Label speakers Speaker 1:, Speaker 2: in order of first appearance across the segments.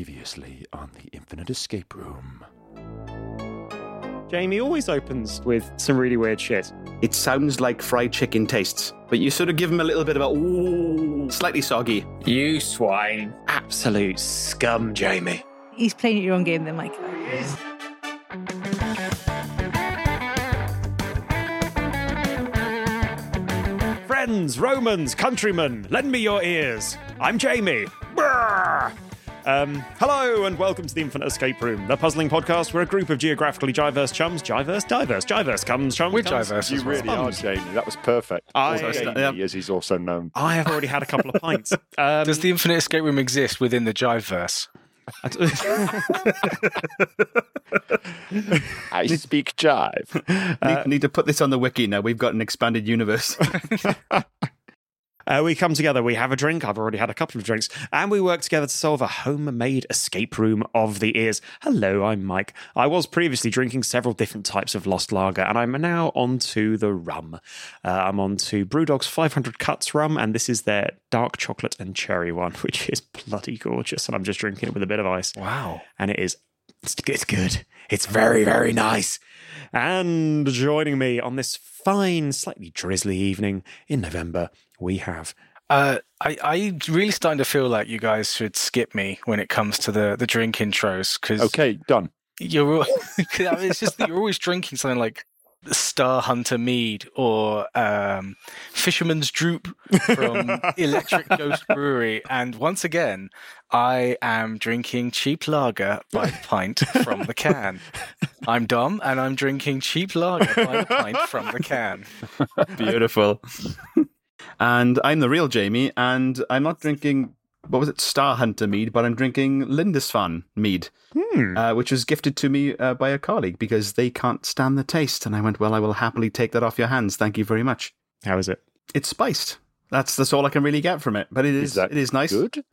Speaker 1: Previously on the Infinite Escape Room.
Speaker 2: Jamie always opens with some really weird shit.
Speaker 3: It sounds like fried chicken tastes, but you sort of give them a little bit of a ooh, slightly soggy.
Speaker 4: You swine. Absolute scum, Jamie.
Speaker 5: He's playing at your own game then, Mike.
Speaker 2: Friends, Romans, countrymen, lend me your ears. I'm Jamie. Brrr. Um, hello and welcome to the Infinite Escape Room, the puzzling podcast where a group of geographically diverse chums, diverse, diverse, diverse, comes, chums,
Speaker 6: We're
Speaker 2: comes.
Speaker 6: diverse.
Speaker 1: You
Speaker 6: as well.
Speaker 1: really are, Jamie. That was perfect.
Speaker 2: I-
Speaker 1: Or Jamie,
Speaker 3: Yeah.
Speaker 1: as he's also known.
Speaker 2: I have already had a couple of pints. Um,
Speaker 6: Does the infinite escape room exist within the Jive verse?
Speaker 2: I d-
Speaker 1: I speak jive.
Speaker 3: need, need to put this on the wiki now. We've got an expanded universe.
Speaker 2: Uh, we come together, we have a drink. I've already had a couple of drinks, and we work together to solve a homemade escape room of the ears. Hello, I'm Mike. I was previously drinking several different types of lost lager, and I'm now on to the rum. Uh, I'm on to Brewdog's 500 Cuts rum, and this is their dark chocolate and cherry one, which is bloody gorgeous. And I'm just drinking it with a bit of ice
Speaker 6: Wow.
Speaker 2: and it is it's, it's good. It's very very nice. And joining me on this fine, slightly drizzly evening in November, we have
Speaker 6: Uh, I, I really starting to feel like you guys should skip me when it comes to the, the drink intros because
Speaker 1: Okay, done.
Speaker 6: you're al- 'cause, I mean, it's just that you're always drinking something like Star Hunter Mead or um, Fisherman's Droop from Electric Ghost Brewery, and once again, I am drinking cheap lager by the pint from the can. I'm Dom, and I'm drinking cheap lager by the pint from the can.
Speaker 3: Beautiful. and I'm the real Jamie, and I'm not drinking, what was it, Star Hunter mead, but I'm drinking Lindisfarne mead,
Speaker 1: Hmm.
Speaker 3: uh, which was gifted to me uh, by a colleague because they can't stand the taste. And I went, well, I will happily take that off your hands. Thank you very much.
Speaker 2: how is it?
Speaker 3: It's spiced. That's that's all I can really get from it, but it is,
Speaker 1: Is that
Speaker 3: it is nice.
Speaker 1: Good.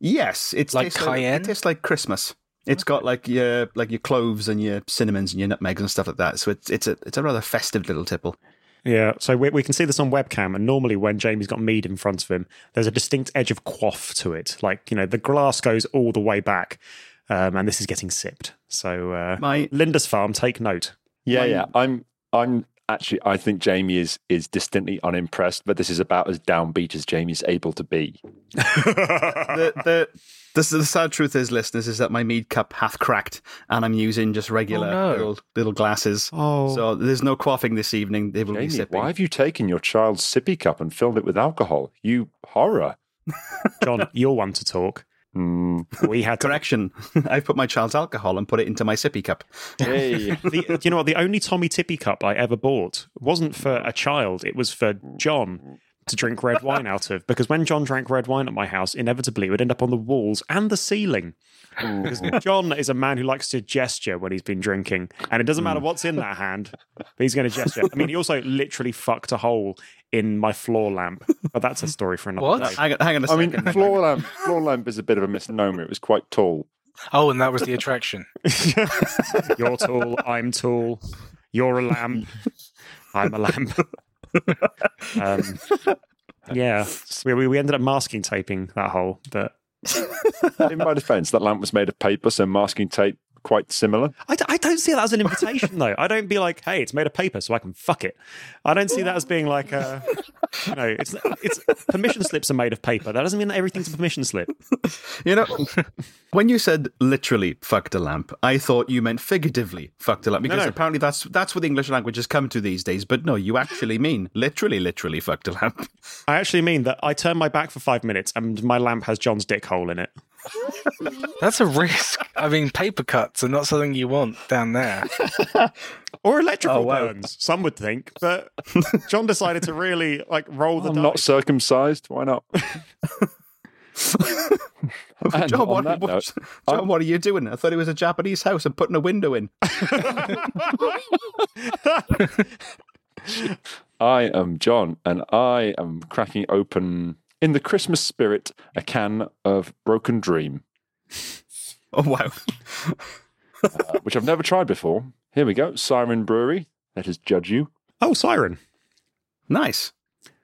Speaker 3: Yes, it's
Speaker 6: Like
Speaker 3: tastes
Speaker 6: cayenne?
Speaker 3: It tastes like Christmas. It's got like your like your cloves and your cinnamons and your nutmegs and stuff like that. So it's it's a it's a rather festive little tipple.
Speaker 2: Yeah, so we, we can see this on webcam, and normally when Jamie's got mead in front of him, there's a distinct edge of quaff to it. Like you know, the glass goes all the way back, um, and this is getting sipped. So uh,
Speaker 3: My
Speaker 2: Linda's Farm, take note.
Speaker 1: Yeah,
Speaker 3: Mine-
Speaker 1: yeah. I'm I'm actually I think Jamie is is distinctly unimpressed, but this is about as downbeat as Jamie's able to be.
Speaker 3: the the this, the sad truth is, listeners, is that my mead cup hath cracked, and I'm using just regular
Speaker 6: Oh, no.
Speaker 3: little little glasses.
Speaker 2: Oh.
Speaker 3: So there's no quaffing this evening. They will be
Speaker 1: Jamie,
Speaker 3: sipping.
Speaker 1: why have you taken your child's sippy cup and filled it with alcohol? You horror.
Speaker 2: John, you're one to talk.
Speaker 1: Mm.
Speaker 2: We had to
Speaker 3: Correction, I put my child's alcohol and put it into my sippy cup.
Speaker 1: Hey.
Speaker 2: the, do you know what? The only Tommy Tippy cup I ever bought wasn't for a child. It was for John to drink red wine out of. Because when John drank red wine at my house, inevitably it would end up on the walls and the ceiling. Because John is a man who likes to gesture when he's been drinking, and it doesn't matter what's in that hand, but he's going to gesture. I mean, he also literally fucked a hole in my floor lamp. But that's a story for another
Speaker 6: What?
Speaker 2: day.
Speaker 3: Hang on, hang on a
Speaker 1: I
Speaker 3: second.
Speaker 1: mean, floor lamp. Floor lamp is a bit of a misnomer. It was quite tall.
Speaker 6: Oh, and that was the attraction.
Speaker 2: You're tall. I'm tall. You're a lamp. I'm a lamp. um, yeah, we, we we ended up masking taping that hole, but
Speaker 1: In my defence, that lamp was made of paper, so masking tape quite similar.
Speaker 2: I, d- I don't see that as an invitation though. I don't be like, hey, it's made of paper, so I can fuck it. I don't see that as being like, uh, you know, it's it's permission slips are made of paper. That doesn't mean that everything's a permission slip.
Speaker 3: You know, when you said literally fucked a lamp, I thought you meant figuratively fucked a lamp because
Speaker 2: no.
Speaker 3: apparently that's that's what the English language has come to these days. But no, you actually mean literally, literally fucked a lamp.
Speaker 2: I actually mean that I turn my back for five minutes and my lamp has John's dick hole in it.
Speaker 6: That's a risk. I mean, paper cuts are not something you want down there.
Speaker 2: or electrical
Speaker 3: wow.
Speaker 2: burns. Some would think, but John decided to really like roll the
Speaker 1: I'm
Speaker 2: dice.
Speaker 1: not circumcised. Why not? And
Speaker 3: John,
Speaker 1: on
Speaker 3: what,
Speaker 1: that
Speaker 3: what-
Speaker 1: note,
Speaker 3: John, what are you doing? I thought it was a Japanese house and putting a window in.
Speaker 1: I am John, and I am cracking open, in the Christmas spirit, a can of Broken Dream,
Speaker 3: Oh wow!
Speaker 1: uh, which I've never tried before. Here we go, Siren Brewery. Let us judge you.
Speaker 2: oh, siren!
Speaker 3: nice.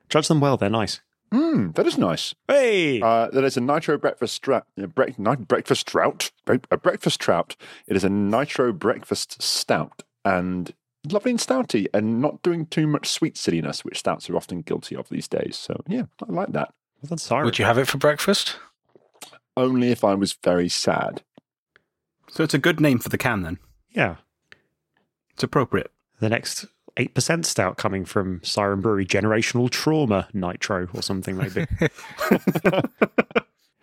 Speaker 2: Judge them well; they're nice.
Speaker 1: Mm, that is nice.
Speaker 2: Hey,
Speaker 1: Uh, that is a nitro breakfast stra- uh, bre- ni- breakfast trout. Bre- a breakfast trout. It is a nitro breakfast stout and lovely and stouty and not doing too much sweet silliness, which stouts are often guilty of these days. So yeah, I like that.
Speaker 2: well, that's sorry.
Speaker 6: Would you have it for breakfast?
Speaker 1: Only if I was very sad.
Speaker 3: So it's a good name for the can then.
Speaker 2: Yeah,
Speaker 3: It's appropriate.
Speaker 2: the next eight percent stout coming from Siren Brewery, generational trauma nitro or something maybe.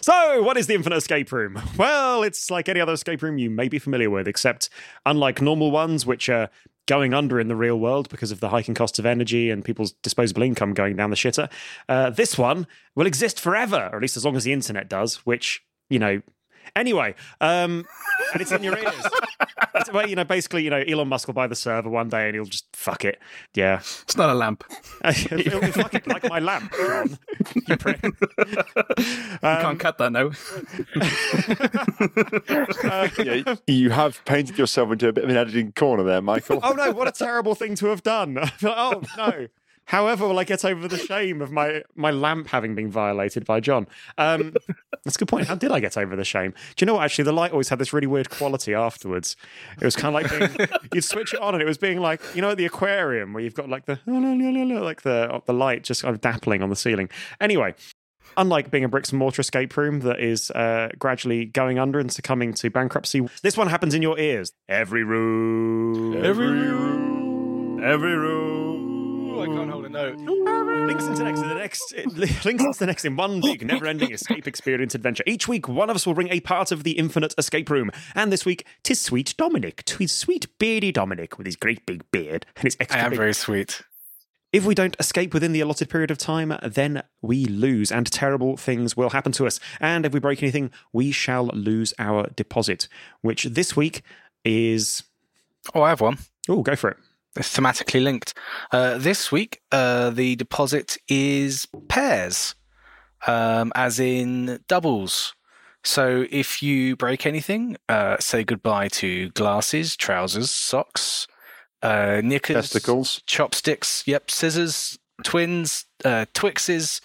Speaker 2: So, what is the Infinite Escape Room? Well, it's like any other escape room you may be familiar with, except unlike normal ones, which are going under in the real world because of the hiking costs of energy and people's disposable income going down the shitter, uh, this one will exist forever, or at least as long as the internet does, which, you know, anyway, um, and it's in your ears. It's, well, you know, basically, you know, Elon Musk will buy the server one day and he'll just fuck it. Yeah.
Speaker 3: It's not a lamp.
Speaker 2: He'll- he'll fuck it like my lamp, John. You prick.
Speaker 3: you can't cut that now.
Speaker 1: yeah, you have painted yourself into a bit of an editing corner there, Michael.
Speaker 2: oh no, what a terrible thing to have done. I feel like, oh no. However, will I get over the shame of my my lamp having been violated by John? Um, that's a good point. How did I get over the shame? Do you know what? Actually, the light always had this really weird quality afterwards. It was kind of like being, you'd switch it on, and it was being like you know at the aquarium where you've got like the like the the light just kind of dappling on the ceiling. Anyway, Unlike being a bricks and mortar escape room that is uh, gradually going under and succumbing to bankruptcy, this one happens in your ears. Every room.
Speaker 1: Every room.
Speaker 3: Every room.
Speaker 6: Ooh, I can't hold a note.
Speaker 2: Links into next, the next links into the next in one big never-ending escape experience adventure. Each week, one of us will bring a part of the infinite escape room, and this week, tis sweet Dominic, tis sweet beardy Dominic with his great big beard and his
Speaker 6: I
Speaker 2: extra
Speaker 6: am
Speaker 2: big
Speaker 6: very sweet.
Speaker 2: If we don't escape within the allotted period of time, then we lose, and terrible things will happen to us. And if we break anything, we shall lose our deposit, which this week is.
Speaker 6: Oh, I have one.
Speaker 2: Oh, go for it.
Speaker 6: It's thematically linked. Uh, this week, uh, the deposit is pairs, um, as in doubles. So if you break anything, uh, say goodbye to glasses, trousers, socks, uh, knickers,
Speaker 1: Testicles.
Speaker 6: chopsticks, yep, scissors, twins, uh, twixes,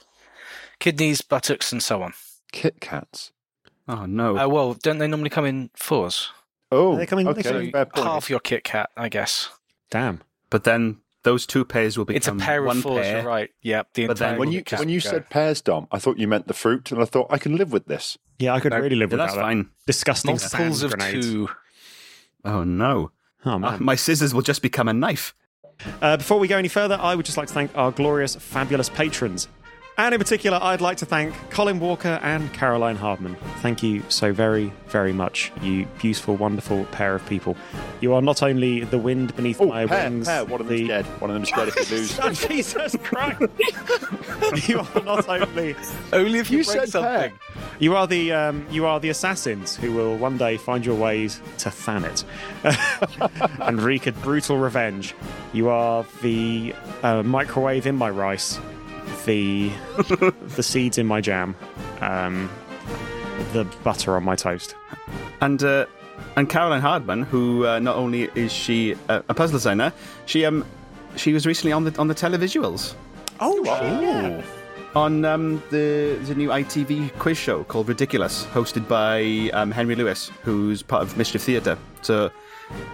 Speaker 6: kidneys, buttocks, and so on.
Speaker 1: Kit Kats.
Speaker 3: Oh no.
Speaker 6: Uh, well, don't they normally come in fours?
Speaker 1: Oh,
Speaker 2: They're coming-
Speaker 1: okay,
Speaker 2: they're coming-
Speaker 1: fair point.
Speaker 6: Half your Kit Kat, I guess.
Speaker 2: Damn.
Speaker 3: but then those two pairs will become
Speaker 6: It's a pair
Speaker 3: one
Speaker 6: of fours.
Speaker 3: pair.
Speaker 6: You're right. Yep. The
Speaker 3: But then
Speaker 6: entire
Speaker 1: When
Speaker 6: Kit
Speaker 1: you
Speaker 6: Kat
Speaker 1: when you
Speaker 6: go.
Speaker 1: said pears, Dom, I thought you meant the fruit, and I thought I can live with this.
Speaker 2: Yeah, I could
Speaker 6: No,
Speaker 2: really live
Speaker 3: Yeah,
Speaker 2: without
Speaker 3: that's
Speaker 2: that.
Speaker 3: fine.
Speaker 2: Disgusting
Speaker 6: multiples
Speaker 2: sand
Speaker 6: of
Speaker 2: grenade.
Speaker 6: two. Um,
Speaker 3: Oh no.
Speaker 2: Oh
Speaker 3: Ah,
Speaker 2: man.
Speaker 3: my scissors will just become a knife.
Speaker 2: Uh, before we go any further, I would just like to thank our glorious, fabulous patrons. And in particular, I'd like to thank Colin Walker and Caroline Hardman. Thank you so very, very much, you beautiful, wonderful pair of people. You are not only the wind beneath
Speaker 1: Oh,
Speaker 2: my
Speaker 1: pear,
Speaker 2: wings.
Speaker 1: pear. One of them's
Speaker 2: the-
Speaker 1: dead. One of them's dead if you lose.
Speaker 2: Oh, Jesus Christ! you are not only
Speaker 6: Only if you,
Speaker 1: You
Speaker 6: break
Speaker 1: said
Speaker 6: something.
Speaker 1: pear.
Speaker 2: you are the um, you are the assassins who will one day find your ways to Thanet and wreak a brutal revenge. You are the uh, microwave in my rice, the the seeds in my jam, um, the butter on my toast.
Speaker 3: And uh, and Caroline Hardman, who uh, not only is she a, a puzzle designer, she um she was recently on the on the televisuals
Speaker 2: Oh,
Speaker 3: on um, the the new ITV quiz show called Ridiculous, hosted by um, Henry Lewis, who's part of Mischief Theatre. So.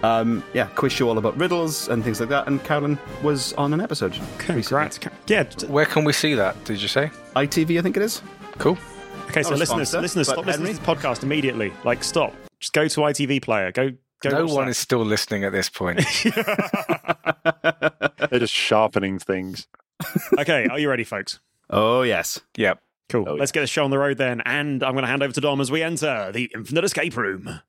Speaker 3: Um, yeah, quiz show all about riddles and things like that. And Carolyn was on an episode.
Speaker 2: congrats! Yeah. d-
Speaker 6: Where can we see that? Did you say?
Speaker 3: ITV, I think it is.
Speaker 6: Cool.
Speaker 2: Okay, so
Speaker 3: Not a
Speaker 2: listeners,
Speaker 3: sponsor,
Speaker 2: listeners,
Speaker 3: but
Speaker 2: stop listening to
Speaker 3: Henry?
Speaker 2: this podcast immediately. Like, stop. Just go to ITV Player. Go. Go
Speaker 6: no
Speaker 2: watch
Speaker 6: one
Speaker 2: that.
Speaker 6: is still listening at this point.
Speaker 1: They're just sharpening things.
Speaker 2: Okay, are you ready, folks?
Speaker 3: Oh, yes.
Speaker 6: yep.
Speaker 2: Cool.
Speaker 1: Oh,
Speaker 2: Let's get the show on the road then, and I'm going to hand over to Dom as we enter the Infinite Escape Room.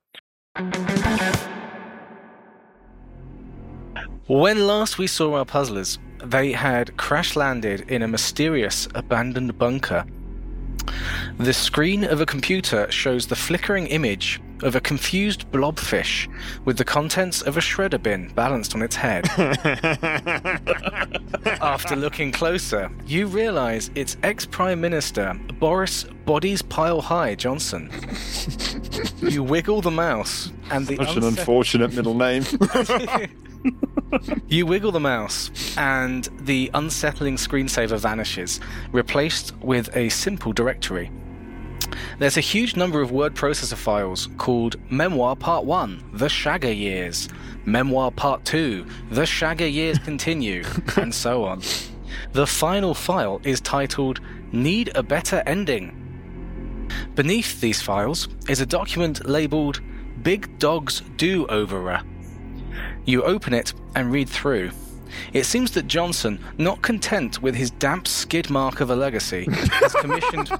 Speaker 6: When last we saw our puzzlers, they had crash landed in a mysterious abandoned bunker. The screen of a computer shows the flickering image of a confused blobfish with the contents of a shredder bin balanced on its head. After looking closer, you realize it's ex Prime Minister Boris Bodies Pile High Johnson. you wiggle the mouse, and the
Speaker 1: Such an
Speaker 6: unsettling-
Speaker 1: unfortunate middle name.
Speaker 6: you wiggle the mouse, and the unsettling screensaver vanishes, replaced with a simple directory. There's a huge number of word processor files called Memoir Part 1, The Shagger Years, Memoir Part 2, The Shagger Years Continue, and so on. The final file is titled Need a Better Ending. Beneath these files is a document labeled Big Dog's Do Overer. You open it and read through. It seems that Johnson, not content with his damp skid mark of a legacy, has commissioned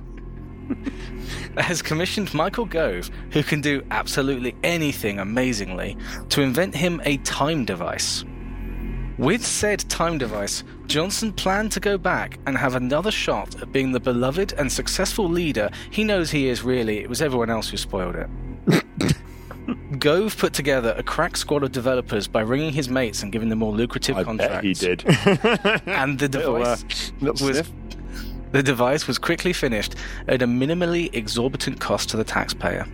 Speaker 6: has commissioned Michael Gove, who can do absolutely anything amazingly, to invent him a time device. With said time device, Johnson planned to go back and have another shot at being the beloved and successful leader he knows he is really. It was everyone else who spoiled it. Gove put together a crack squad of developers by ringing his mates and giving them more lucrative
Speaker 1: I
Speaker 6: contracts.
Speaker 1: bet he did.
Speaker 6: And the
Speaker 1: Little, uh,
Speaker 6: device
Speaker 1: little
Speaker 6: was-
Speaker 1: sniff.
Speaker 6: the device was quickly finished at a minimally exorbitant cost to the taxpayer.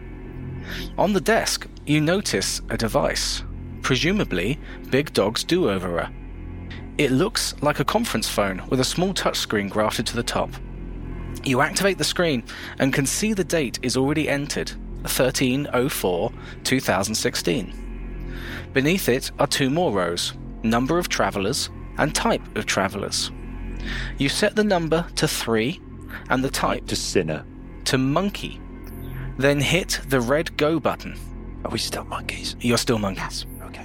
Speaker 6: On the desk, you notice a device, presumably Big Dog's do overer. It looks like a conference phone with a small touchscreen grafted to the top. You activate the screen and can see the date is already entered 1304 2016. Beneath it are two more rows number of travelers and type of travelers. You set the number to 3 and the type
Speaker 1: To Sinner.
Speaker 6: to monkey. Then hit the red go button.
Speaker 1: Are we still monkeys?
Speaker 6: You're still monkeys.
Speaker 1: Okay.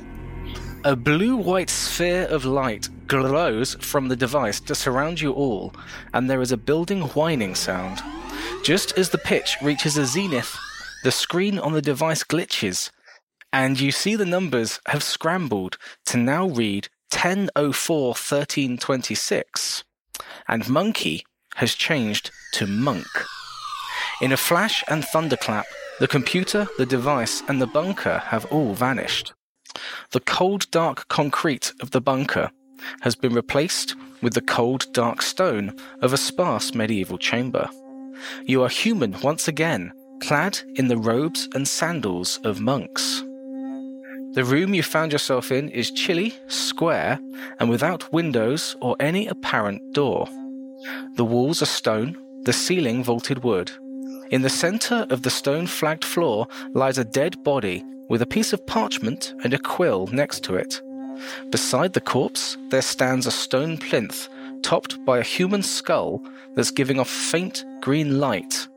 Speaker 6: A blue white sphere of light glows from the device to surround you all, and there is a building whining sound. Just as the pitch reaches a zenith, the screen on the device glitches, and you see the numbers have scrambled to now read 1004 1326, and monkey has changed to monk. In a flash and thunderclap, the computer, the device, and the bunker have all vanished. The cold, dark concrete of the bunker has been replaced with the cold, dark stone of a sparse medieval chamber. You are human once again, clad in the robes and sandals of monks. The room you found yourself in is chilly, square, and without windows or any apparent door. The walls are stone, the ceiling vaulted wood. In the center of the stone flagged floor lies a dead body with a piece of parchment and a quill next to it. Beside the corpse, there stands a stone plinth topped by a human skull that's giving off faint green light.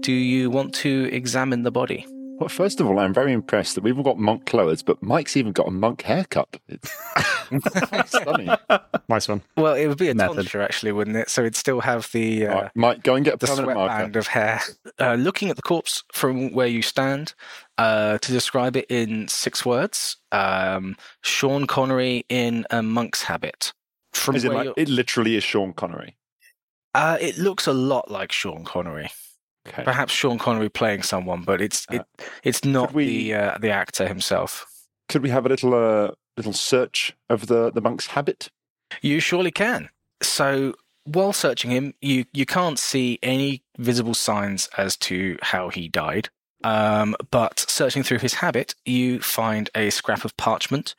Speaker 6: Do you want to examine the body?
Speaker 1: Well, first of all, I'm very impressed that we've all got monk clothes, but Mike's even got a monk haircut. It's stunning.
Speaker 2: Nice one.
Speaker 6: Well, it would be a
Speaker 3: Method.
Speaker 6: tonsure, actually, wouldn't it? So it'd still have the. Uh,
Speaker 1: All right, Mike, go and get a
Speaker 6: the
Speaker 1: permanent marker.
Speaker 6: sweatband of hair. Uh, looking at the corpse from where you stand, uh, to describe it in six words, um, Sean Connery in a monk's habit. From
Speaker 1: As in,
Speaker 6: where
Speaker 1: like,
Speaker 6: you're-
Speaker 1: it literally is Sean Connery.
Speaker 6: uh, it looks a lot like Sean Connery.
Speaker 1: Okay.
Speaker 6: Perhaps Sean Connery playing someone, but it's
Speaker 1: Uh,
Speaker 6: it, it's not
Speaker 1: could we-
Speaker 6: the uh, the actor himself.
Speaker 1: Could we have a little uh, little search of the, the monk's habit?
Speaker 6: You surely can. So while searching him, you, you can't see any visible signs as to how he died. Um, but searching through his habit, you find a scrap of parchment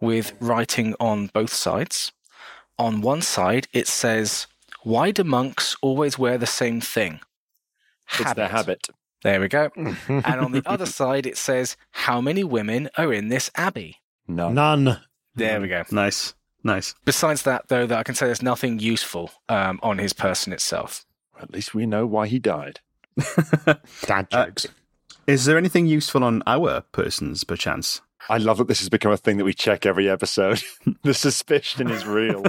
Speaker 6: with writing on both sides. On one side, it says, Why do monks always wear the same thing?
Speaker 1: It's their habit.
Speaker 6: There we go. and on the other side, it says, How many women are in this abbey?
Speaker 1: No.
Speaker 2: None.
Speaker 6: There we go.
Speaker 3: Nice, nice.
Speaker 6: Besides that, though, that I can say there's nothing useful um, on his person itself.
Speaker 1: At least we know why he died.
Speaker 2: Dad
Speaker 3: Uh,
Speaker 2: jokes.
Speaker 3: Is there anything useful on our persons, perchance?
Speaker 1: I love that this has become a thing that we check every episode. the suspicion is real.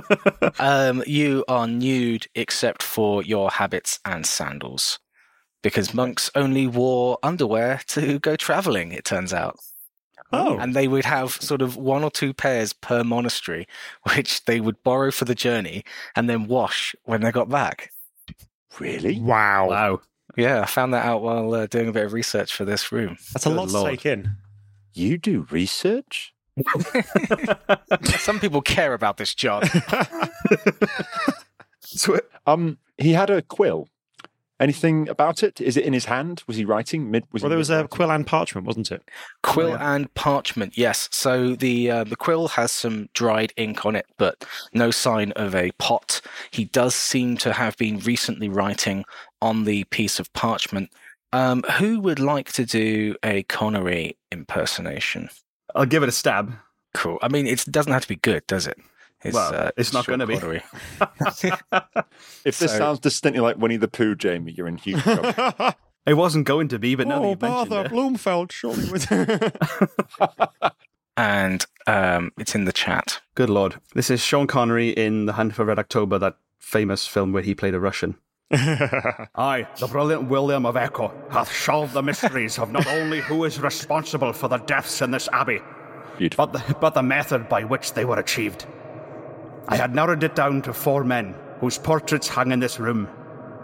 Speaker 6: Um, you are nude except for your habits and sandals, because monks only wore underwear to go traveling. It turns out,
Speaker 2: oh.
Speaker 6: and they would have sort of one or two pairs per monastery, which they would borrow for the journey and then wash when they got back.
Speaker 1: really?
Speaker 2: wow.
Speaker 3: Wow.
Speaker 6: Yeah, I found that out while uh, doing a bit of research for this room.
Speaker 2: That's a
Speaker 3: Good
Speaker 2: lot
Speaker 3: lord.
Speaker 2: to take in.
Speaker 1: You do research?
Speaker 6: Some people care about this job.
Speaker 3: So,
Speaker 1: Um, he had a quill, Anything about it? Is it in his hand? Was he writing? Mid, was he
Speaker 2: Well, there was a
Speaker 1: mid-writing?
Speaker 2: quill and parchment, wasn't it?
Speaker 6: Quill and parchment, yes. So the uh, the quill has some dried ink on it, but no sign of a pot. He does seem to have been recently writing on the piece of parchment. Um, who would like to do a Connery impersonation?
Speaker 3: I'll give it a stab.
Speaker 6: Cool. I mean, it doesn't have to be good, does it?
Speaker 3: Well, it's not
Speaker 6: Sean
Speaker 3: gonna be.
Speaker 6: Connery.
Speaker 1: If this
Speaker 6: So-
Speaker 1: sounds distinctly like Winnie the Pooh, Jamie, you're in huge trouble.
Speaker 3: It wasn't going to be, but now that
Speaker 2: oh,
Speaker 3: you've mentioned
Speaker 2: bother,
Speaker 3: it-
Speaker 2: Oh, Bloomfeld surely was.
Speaker 6: And um, it's in the chat.
Speaker 3: Good lord. This is Sean Connery in The Hunt for Red October, that famous film where he played a Russian. Aye, the brilliant William of Echo hath solved the mysteries of not only who is responsible for the deaths in this abbey,
Speaker 1: Beautiful.
Speaker 3: but the, but the method by which they were achieved. I had narrowed it down to four men whose portraits hang in this room.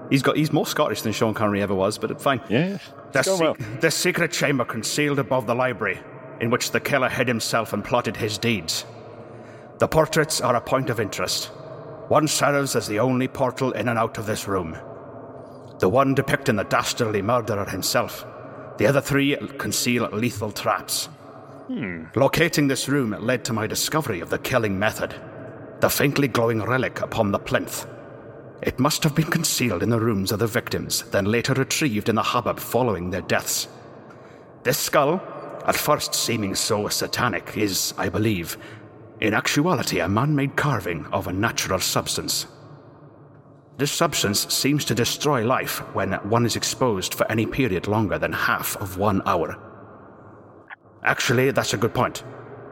Speaker 3: He's got he's more Scottish than Sean Connery ever was, but fine.
Speaker 1: Yeah.
Speaker 3: The,
Speaker 1: It's going well.
Speaker 3: sec- the secret chamber concealed above the library, in which the killer hid himself and plotted his deeds. The portraits are a point of interest. One serves as the only portal in and out of this room. The one depicting the dastardly murderer himself. The other three conceal lethal traps. Locating this room led to my discovery of the killing method the faintly glowing relic upon the plinth. It must have been concealed in the rooms of the victims, then later retrieved in the hubbub following their deaths. This skull, at first seeming so satanic, is, I believe, in actuality a man made carving of a natural substance. This substance seems to destroy life when one is exposed for any period longer than half of one hour. Actually, that's a good point.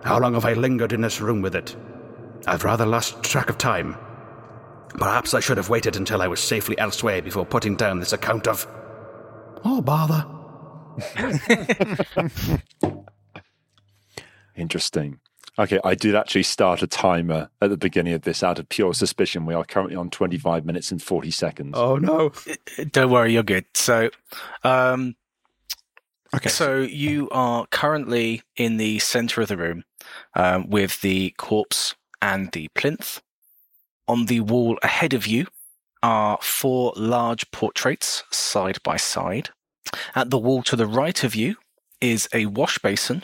Speaker 3: How long have I lingered in this room with it? I've rather lost track of time. Perhaps I should have waited until I was safely elsewhere before putting down this account of. Oh, bother.
Speaker 1: Interesting. Okay, I did actually start a timer at the beginning of this out of pure suspicion. We are currently on 25 minutes and 40 seconds.
Speaker 3: Oh, no.
Speaker 6: Don't worry, you're good. So, um,
Speaker 2: okay.
Speaker 6: So you are currently in the center of the room um, with the corpse and the plinth. On the wall ahead of you are four large portraits side by side. At the wall to the right of you is a wash basin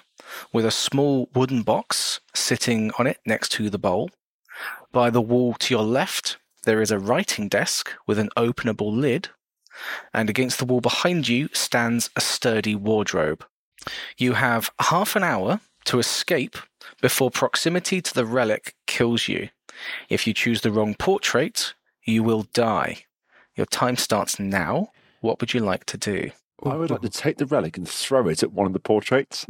Speaker 6: with a small wooden box sitting on it next to the bowl. By the wall to your left, there is a writing desk with an openable lid and against the wall behind you stands a sturdy wardrobe. You have half an hour to escape before proximity to the relic kills you. If you choose the wrong portrait, you will die. Your time starts now. What would you like to do?
Speaker 1: I would like to take the relic and throw it at one of the portraits.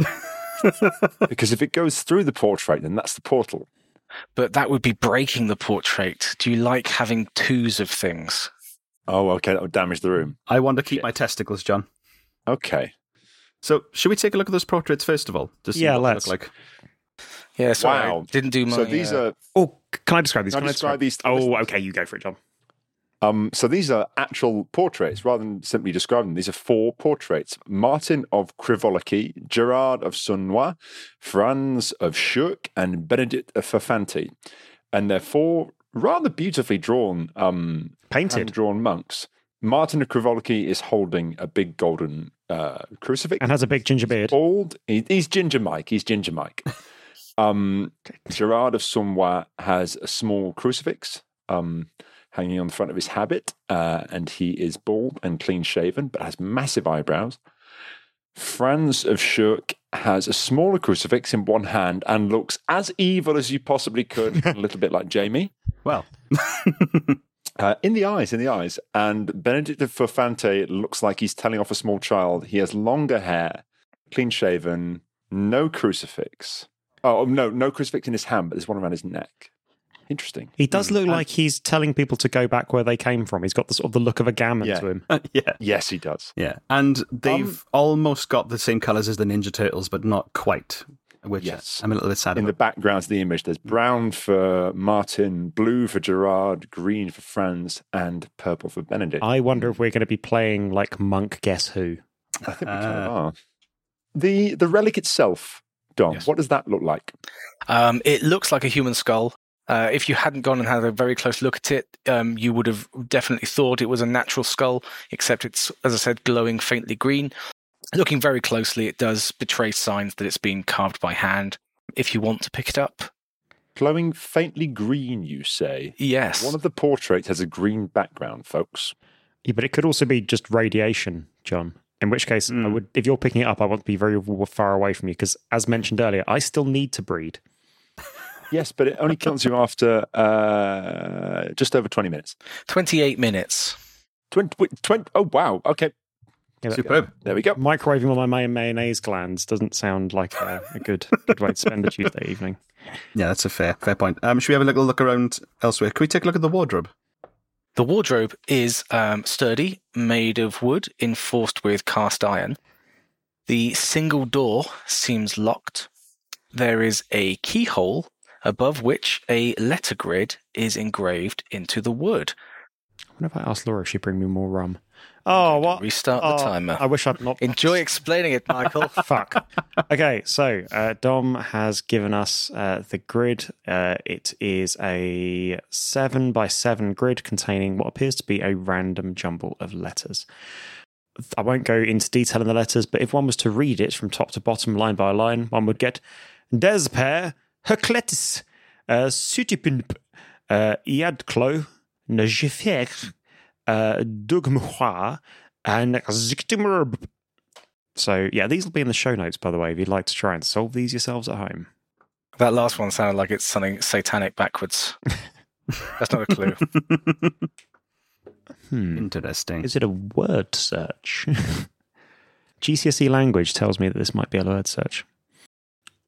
Speaker 1: because if it goes through the portrait, then that's the portal.
Speaker 6: But that would be breaking the portrait. Do you like having twos of things?
Speaker 1: Oh, okay, that would damage the room.
Speaker 3: I want to keep my testicles, John.
Speaker 1: Okay.
Speaker 3: So, should we take a look at those portraits first of all? To see
Speaker 2: Yeah,
Speaker 3: what they
Speaker 2: let's.
Speaker 3: Look like?
Speaker 6: Yeah, sorry,
Speaker 1: Wow.
Speaker 6: I didn't do my.
Speaker 1: so these
Speaker 6: uh,
Speaker 1: are
Speaker 2: oh, c- can I describe these?
Speaker 1: Can I describe these to
Speaker 2: Oh,
Speaker 1: listeners?
Speaker 2: okay. You go for it, John.
Speaker 1: Um, so these are actual portraits rather than simply describing them. These are four portraits Martin of Krivolaki, Gerard of Sunnois, Franz of Schurk, and Benedict of Fafanti. And they're four rather beautifully drawn, um,
Speaker 2: Painted.
Speaker 1: drawn monks. Martin of Krivolaki is holding a big golden uh, crucifix.
Speaker 2: And has a big ginger beard.
Speaker 1: Bald. He- He's Ginger Mike. He's Ginger Mike. Um, Gerard of Somwa has a small crucifix um, hanging on the front of his habit, uh, and he is bald and clean shaven, but has massive eyebrows. Franz of Schurk has a smaller crucifix in one hand and looks as evil as you possibly could, a little bit like Jamie.
Speaker 3: Well,
Speaker 1: Uh, in the eyes, in the eyes. And Benedict of Fofante looks like he's telling off a small child. He has longer hair, clean shaven, no crucifix. Oh, no, no crucifix in his hand, but there's one around his neck. Interesting.
Speaker 2: He does look like he's telling people to go back where they came from. He's got the sort of the look of a gammon
Speaker 1: Yeah.
Speaker 2: to him.
Speaker 3: yeah.
Speaker 1: Yes, he does.
Speaker 3: Yeah. And they've almost got the same colors as the Ninja Turtles, but not quite, which
Speaker 1: Yes.
Speaker 3: I'm a little bit sad
Speaker 1: In the
Speaker 3: about.
Speaker 1: background of the image, there's brown for Martin, blue for Gerard, green for Franz, and purple for Benedict.
Speaker 2: I wonder if we're going to be playing like monk guess who.
Speaker 1: I think we kind
Speaker 3: Uh,
Speaker 1: of are. The, the relic itself, Don,
Speaker 6: Yes.
Speaker 1: what does that look like?
Speaker 6: Um, it looks like a human skull Uh, if you hadn't gone and had a very close look at it, um, you would have definitely thought it was a natural skull, except it's, as I said, glowing faintly green. Looking very closely, it does betray signs that it's been carved by hand. If you want to pick it up,
Speaker 1: Glowing faintly green, you say.
Speaker 6: yes.
Speaker 1: One of the portraits has a green background, folks.
Speaker 2: Yeah, but it could also be just radiation, John. In which case, I
Speaker 3: Mm.
Speaker 2: would if you're picking it up, I want to be very w- far away from you because, as mentioned earlier, I still need to breed.
Speaker 1: Yes, but it only counts you after uh, just over 20 minutes.
Speaker 6: 28 minutes.
Speaker 1: 20, wait, 20, oh, wow. Okay,
Speaker 2: Yeah, but
Speaker 3: Superb.
Speaker 1: there we go.
Speaker 2: Microwaving all my may- mayonnaise glands doesn't sound like a, a good good way to spend a Tuesday evening.
Speaker 3: Yeah, that's a fair fair point. Um, should we have a little look around elsewhere? Can we take a look at the wardrobe?
Speaker 6: The wardrobe is um, sturdy, made of wood, enforced with cast iron. The single door seems locked. There is a keyhole above which a letter grid is engraved into the wood.
Speaker 2: I wonder if I asked Laura if she'd bring me more rum. Oh, what?
Speaker 6: Restart
Speaker 2: Oh,
Speaker 6: the timer.
Speaker 2: I wish I'd not.
Speaker 6: Enjoy explaining it, Michael.
Speaker 2: Fuck. Okay, so uh, Dom has given us uh, the grid. Uh, it is a seven by seven grid containing what appears to be a random jumble of letters. I won't go into detail in the letters, but if one was to read it from top to bottom, line by line, one would get Desper, Hercletis, uh, Sutipinp, uh, Iadklo, Najifer, uh, Dugmhua, and Ziktimurb. So yeah, these will be in the show notes, by the way, if you'd like to try and solve these yourselves at home.
Speaker 6: that last one sounded like it's something satanic backwards. That's not a clue.
Speaker 2: Hmm.
Speaker 3: Interesting.
Speaker 2: Is it a word search? GCSE E language tells me that this might be a word search.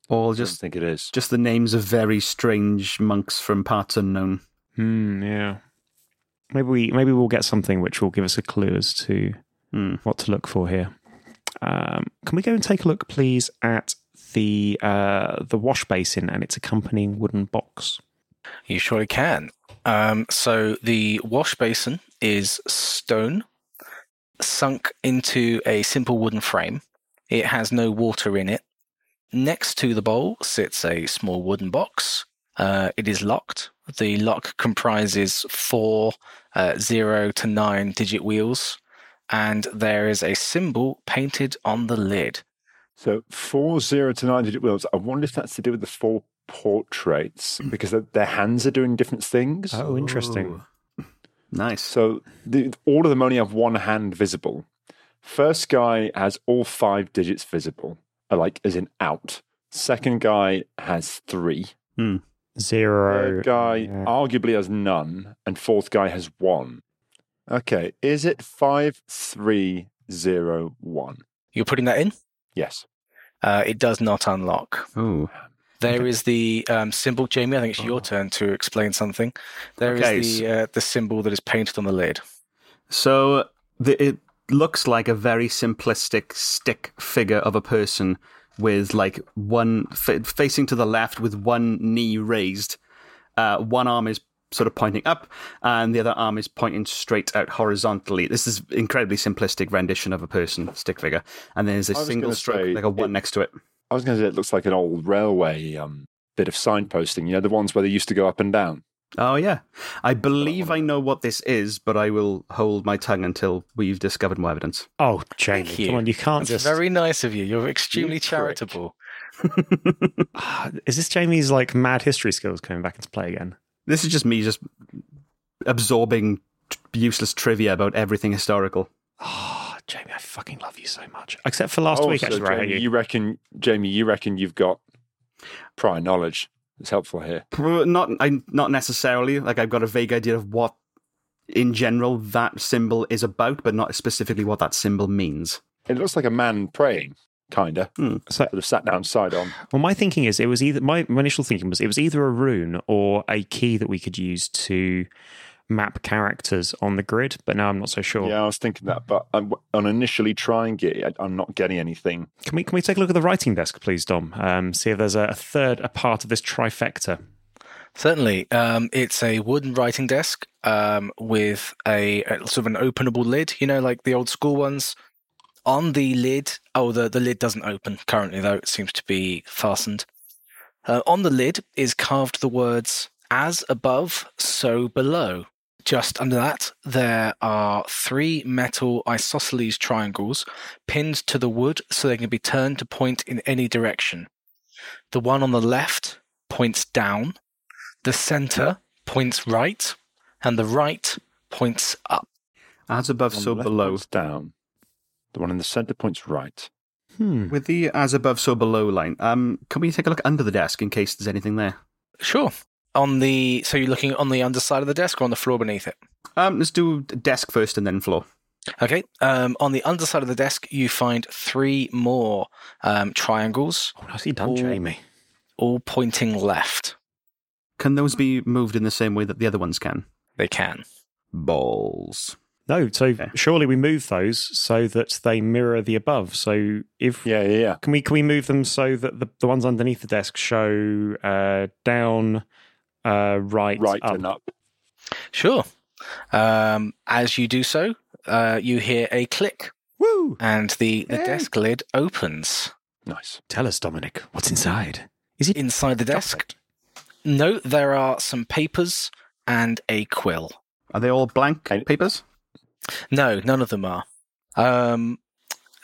Speaker 3: All
Speaker 1: I just
Speaker 3: just
Speaker 1: think it is.
Speaker 3: just the names of very strange monks from parts unknown.
Speaker 2: Hmm, yeah. Maybe we maybe we'll get something which will give us a clue as to
Speaker 3: Hmm.
Speaker 2: what to look for here. Um, can we go and take a look, please, at the uh, the wash basin and its accompanying wooden box?
Speaker 6: You surely can. Um, so the wash basin is stone, sunk into a simple wooden frame. It has no water in it. Next to the bowl sits a small wooden box. Uh, it is locked. The lock comprises four uh, zero to nine digit wheels, and there is a symbol painted on the lid.
Speaker 1: So four zero to nine digit wheels. I wonder if that's to do with the four portraits because their- their hands are doing different things.
Speaker 2: Oh, interesting.
Speaker 3: Ooh. Nice.
Speaker 1: So the, all of them only have one hand visible. First guy has all five digits visible, uh, like as in out. Second guy has three.
Speaker 2: Zero.
Speaker 1: Third guy
Speaker 2: yeah.
Speaker 1: arguably has none, and fourth guy has one. Okay, is it five three zero one?
Speaker 6: You're putting that in.
Speaker 1: Yes.
Speaker 6: Uh, it does not unlock.
Speaker 3: Ooh.
Speaker 6: There is the um, symbol, Jamie. I think it's
Speaker 2: Oh.
Speaker 6: your turn to explain something. There is
Speaker 3: Okay,
Speaker 6: the uh, the symbol that is painted on the lid.
Speaker 3: So the, it looks like a very simplistic stick figure of a person with like one fa- facing to the left with one knee raised. Uh, one arm is sort of pointing up and the other arm is pointing straight out horizontally. This is incredibly simplistic rendition of a person stick figure. And there's a
Speaker 1: I was
Speaker 3: single
Speaker 1: gonna
Speaker 3: stroke,
Speaker 1: say,
Speaker 3: like a one
Speaker 1: it-
Speaker 3: next to it.
Speaker 1: I was going to say it looks like an old railway um, bit of signposting. You know, the ones where they used to go up and down.
Speaker 3: Oh yeah. I believe I know what this is, but I will hold my tongue until we've discovered more evidence.
Speaker 2: Oh, Jamie,
Speaker 6: Thank you.
Speaker 2: come on! You can't
Speaker 6: That's
Speaker 2: just.
Speaker 6: very nice of you. You're extremely
Speaker 1: prick.
Speaker 6: charitable.
Speaker 2: Ah, Is this Jamie's like mad history skills coming back into play again?
Speaker 3: This is just me just absorbing t- useless trivia about everything historical.
Speaker 2: Oh, Jamie, I fucking love you so much. Except for last
Speaker 1: Oh,
Speaker 2: week,
Speaker 1: so
Speaker 2: actually, where I hate
Speaker 1: Jamie,
Speaker 2: you.
Speaker 1: you reckon, Jamie? You reckon you've got prior knowledge? It's helpful here.
Speaker 3: Pro- Not, I, not necessarily. Like I've got a vague idea of what, in general, that symbol is about, but not specifically what that symbol means.
Speaker 1: It looks like a man praying, kinda,
Speaker 2: Hmm, So,
Speaker 1: sort of sat down side on.
Speaker 2: well, my thinking is it was either my, my initial thinking was it was either a rune or a key that we could use to map characters on the grid. But now I'm not so sure.
Speaker 1: Yeah, I was thinking that, but I'm, on initially trying it, I- I'm not getting anything.
Speaker 2: Can we can we take a look at the writing desk, please, Dom? Um, see if there's a, a third, a part of this trifecta.
Speaker 6: Certainly, um, it's a wooden writing desk um, with a, a sort of an openable lid. You know, like the old school ones. On the lid, oh, the the lid doesn't open currently though. It seems to be fastened. Uh, on the lid is carved the words As above, so below. Just under that, there are three metal isosceles triangles pinned to the wood so they can be turned to point in any direction. The one on the left points down, the center points right, and the right points up.
Speaker 3: As above,
Speaker 1: One
Speaker 3: so
Speaker 1: left
Speaker 3: below.
Speaker 1: points down. The one in the center points right.
Speaker 2: Hmm.
Speaker 3: With the as above, so below line, um, can we take a look under the desk in case there's anything there?
Speaker 6: Sure. On the so you're looking on the underside of the desk or on the floor beneath it.
Speaker 3: Um, let's do d- desk first and then floor.
Speaker 6: Okay. Um, on the underside of the desk, you find three more um, triangles,
Speaker 2: Oh, nicely done,
Speaker 6: Oh.
Speaker 2: Jamie.
Speaker 6: all pointing left.
Speaker 3: Can those be moved in the same way that the other ones can?
Speaker 6: They can.
Speaker 3: Balls.
Speaker 2: No, so
Speaker 3: Okay.
Speaker 2: surely we move those so that they mirror the above. So if
Speaker 1: Yeah, yeah, yeah.
Speaker 2: can we can we move them so that the, the ones underneath the desk show uh, down, uh, right,
Speaker 1: Right
Speaker 2: up.
Speaker 1: and up.
Speaker 6: Sure. Um, as you do so, uh, you hear a click,
Speaker 2: Woo!
Speaker 6: and the, the desk lid opens.
Speaker 1: Nice.
Speaker 2: Tell us, Dominic, what's inside? Is it
Speaker 6: Inside the desk, no, there are some papers and a quill.
Speaker 3: Are they all blank
Speaker 1: And-
Speaker 3: papers?
Speaker 6: No, none of them are. Um,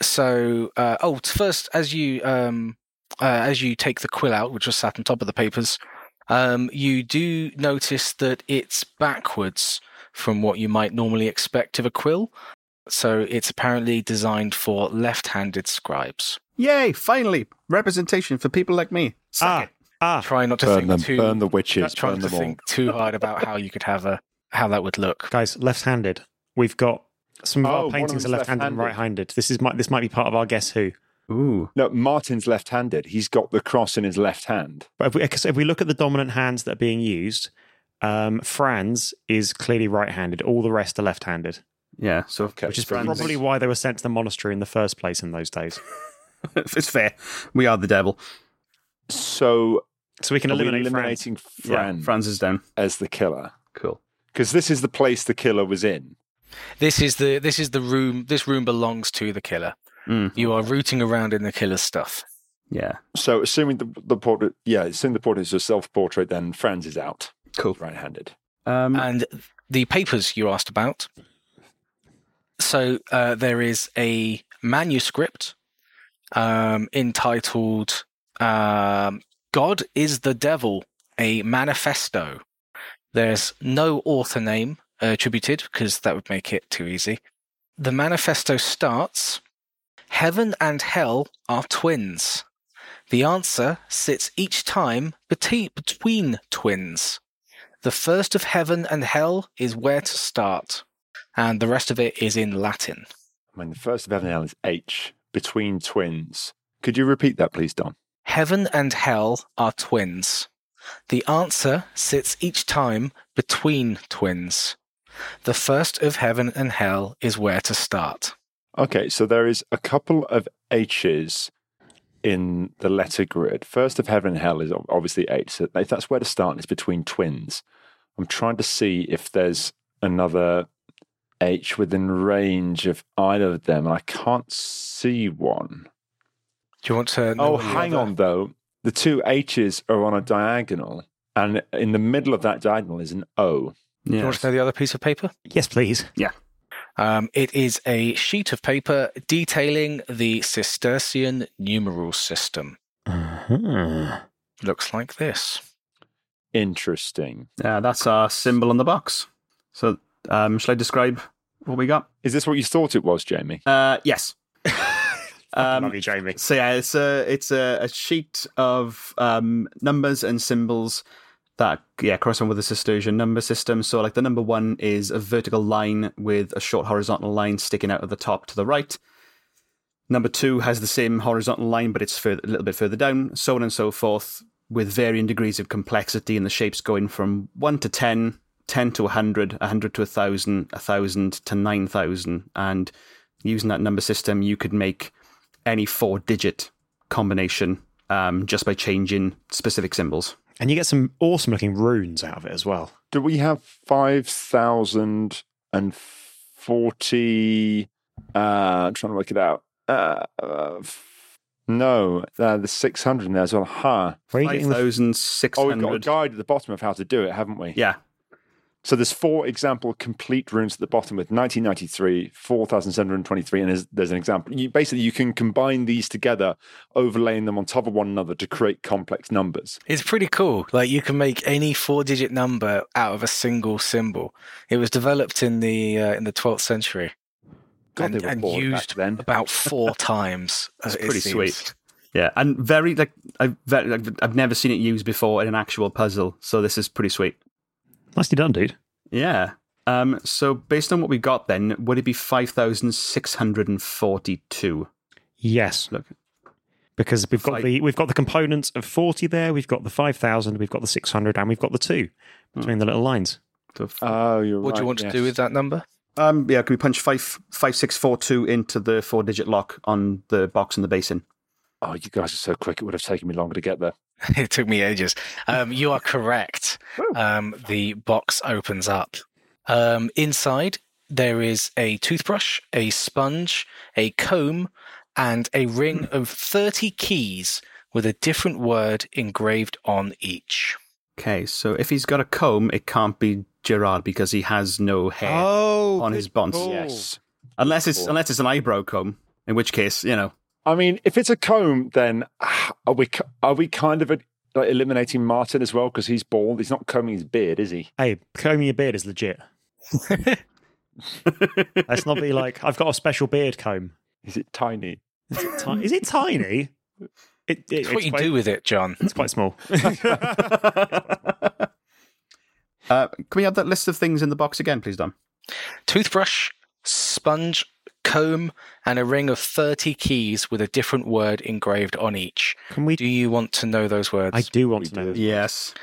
Speaker 6: so, uh, oh, t- first, as you um, uh, as you take the quill out, which was sat on top of the papers, um, you do notice that it's backwards from what you might normally expect of a quill. So it's apparently designed for left-handed scribes.
Speaker 3: Yay! Finally, representation for people like me. Suck
Speaker 2: ah
Speaker 3: it.
Speaker 2: ah?
Speaker 6: Try not to
Speaker 1: burn
Speaker 6: think
Speaker 1: them.
Speaker 6: too
Speaker 1: burn the witches.
Speaker 6: try
Speaker 1: Burn
Speaker 6: not to
Speaker 1: them all.
Speaker 6: think too hard about how you could have a how that would look.
Speaker 2: Guys, left-handed. We've got some of
Speaker 1: Oh,
Speaker 2: our
Speaker 1: one of
Speaker 2: paintings are
Speaker 1: them's
Speaker 2: left-handed, and
Speaker 1: left-handed.
Speaker 2: right-handed. This is might this might be part of our guess who.
Speaker 3: Ooh.
Speaker 1: No, Martin's left-handed. He's got the cross in his left hand.
Speaker 2: But if we, 'cause if we look at the dominant hands that are being used, um, Franz is clearly right-handed. All the rest are left-handed,
Speaker 3: Yeah. So
Speaker 2: which is
Speaker 1: Franz-
Speaker 2: probably why they were sent to the monastery in the first place in those days.
Speaker 3: it's fair. We are the devil.
Speaker 1: So
Speaker 2: So we can
Speaker 1: are we
Speaker 2: eliminate Franz.
Speaker 1: eliminating Fran,
Speaker 3: Yeah, Franz is down.
Speaker 1: as the killer
Speaker 3: Cool.
Speaker 1: because this is the place the killer was in.
Speaker 6: This is the this is the room. This room belongs to the killer.
Speaker 3: Mm.
Speaker 6: You are rooting around in the killer's stuff.
Speaker 3: Yeah.
Speaker 1: So assuming the, the portrait, yeah, assuming the portrait is a self-portrait, then Franz is out,
Speaker 3: Cool.
Speaker 1: right-handed.
Speaker 3: Um,
Speaker 6: And the papers you asked about. So uh, there is a manuscript um, entitled um, God is the Devil, a manifesto. There's no author name attributed because that would make it too easy. The manifesto starts Heaven and hell are twins. The answer sits each time bete- between twins. The first of heaven and hell is where to start, and the rest of it is in Latin.
Speaker 1: I mean, the first of heaven and hell is H between twins. Could you repeat that, please, Don?
Speaker 6: Heaven and hell are twins. The answer sits each time between twins. The first of heaven and hell is where to start.
Speaker 1: Okay, so there is a couple of H's in the letter grid. First of heaven and hell is ob- obviously H. So if that's where to start, and it's between twins. I'm trying to see if there's another H within range of either of them. I can't see one.
Speaker 6: Do you want to? know
Speaker 1: Oh,
Speaker 6: what the
Speaker 1: hang
Speaker 6: other-
Speaker 1: on though. The two H's are on a diagonal, and in the middle of that diagonal is an O.
Speaker 6: Do you want
Speaker 3: yes.
Speaker 6: to know the other piece of paper?
Speaker 2: Yes, please.
Speaker 6: Um, it is a sheet of paper detailing the Cistercian numeral system.
Speaker 2: Uh-huh.
Speaker 6: Looks like this.
Speaker 1: Interesting.
Speaker 3: Uh, that's our symbol on the box. So, um, shall I describe what we got?
Speaker 1: Is this what you thought it was, Jamie?
Speaker 3: Uh, yes.
Speaker 1: Um,
Speaker 3: Um,
Speaker 2: Love you, Jamie.
Speaker 3: So yeah, it's a it's a, a sheet of um, numbers and symbols that yeah correspond with the Cistercian number system. So like the number one is a vertical line with a short horizontal line sticking out of the top to the right. Number two has the same horizontal line, but it's further, a little bit further down. So on and so forth, with varying degrees of complexity, and the shapes going from one to 10, 10 to 100, 100 to 1,000, 1,000 to 9,000. And using that number system, you could make any four digit combination um, just by changing specific symbols.
Speaker 2: And you get some awesome looking runes out of it as well.
Speaker 1: Do we have 5,040? Uh, I'm trying to work it out. Uh, uh, No, uh, the 600 in there as well. Ha.
Speaker 2: Where are you
Speaker 3: Five
Speaker 2: getting the
Speaker 3: thousand
Speaker 1: Oh, we've got a guide at the bottom of how to do it, haven't we?
Speaker 3: Yeah,
Speaker 1: So there's four example complete runes at the bottom with 1993, 4,723, and there's, there's an example. You, basically, you can combine these together, overlaying them on top of one another to create complex numbers.
Speaker 6: It's pretty cool. Like you can make any four-digit number out of a single symbol. It was developed in the uh, in the 12th century
Speaker 1: God,
Speaker 6: and,
Speaker 1: they were
Speaker 6: and
Speaker 1: bored back
Speaker 6: used
Speaker 1: then.
Speaker 6: about four times. That's
Speaker 3: pretty sweet. yeah, and very like I've very, like, I've never seen it used before in an actual puzzle, so this is pretty sweet.
Speaker 2: Nicely done, dude.
Speaker 3: Yeah. Um. So based on what we got, then would it be five thousand six hundred and forty-two?
Speaker 2: Yes.
Speaker 3: Look.
Speaker 2: Because we've got
Speaker 3: Five-
Speaker 2: the we've got the components of forty there, we've got the five thousand, we've got the six hundred, and we've got the two between the little lines.
Speaker 1: Oh, you're
Speaker 6: What do you
Speaker 1: right,
Speaker 6: want
Speaker 1: yes.
Speaker 6: to do with that number?
Speaker 3: Uh, Um. Yeah. Can we punch five five six four two into the four-digit lock on the box in the basin?
Speaker 1: Oh, you guys are so quick. It would have taken me longer to get there.
Speaker 6: it took me ages. Um, you are correct. Um, the box opens up. Um, inside, there is a toothbrush, a sponge, a comb, and a ring
Speaker 1: Hmm.
Speaker 6: of 30 keys with a different word engraved on each.
Speaker 3: Okay. So if he's got a comb, it can't be Gerard because he has no hair.
Speaker 2: Oh
Speaker 3: On his bonds.
Speaker 1: Yes.
Speaker 3: Unless it's
Speaker 1: Cool.
Speaker 3: unless it's an eyebrow comb, in which case, you know.
Speaker 1: I mean, if it's a comb, then ah, are we ki- are we kind of uh, like eliminating Martin as well because he's bald? He's not combing his beard, is he?
Speaker 2: Hey, combing your beard is legit. Let's not be like, I've got a special beard comb.
Speaker 1: Is it tiny?
Speaker 2: Is it, ti- is it tiny? It, it-
Speaker 6: It's what you
Speaker 2: quite,
Speaker 6: do with it, John.
Speaker 2: It's quite small.
Speaker 3: uh, can we have that list of things in the box again, please, Dom?
Speaker 6: Toothbrush, sponge, comb, and a ring of 30 keys with a different word engraved on each.
Speaker 2: Can we?
Speaker 6: Do you want to know those words?
Speaker 2: I do want to know.
Speaker 3: Yes.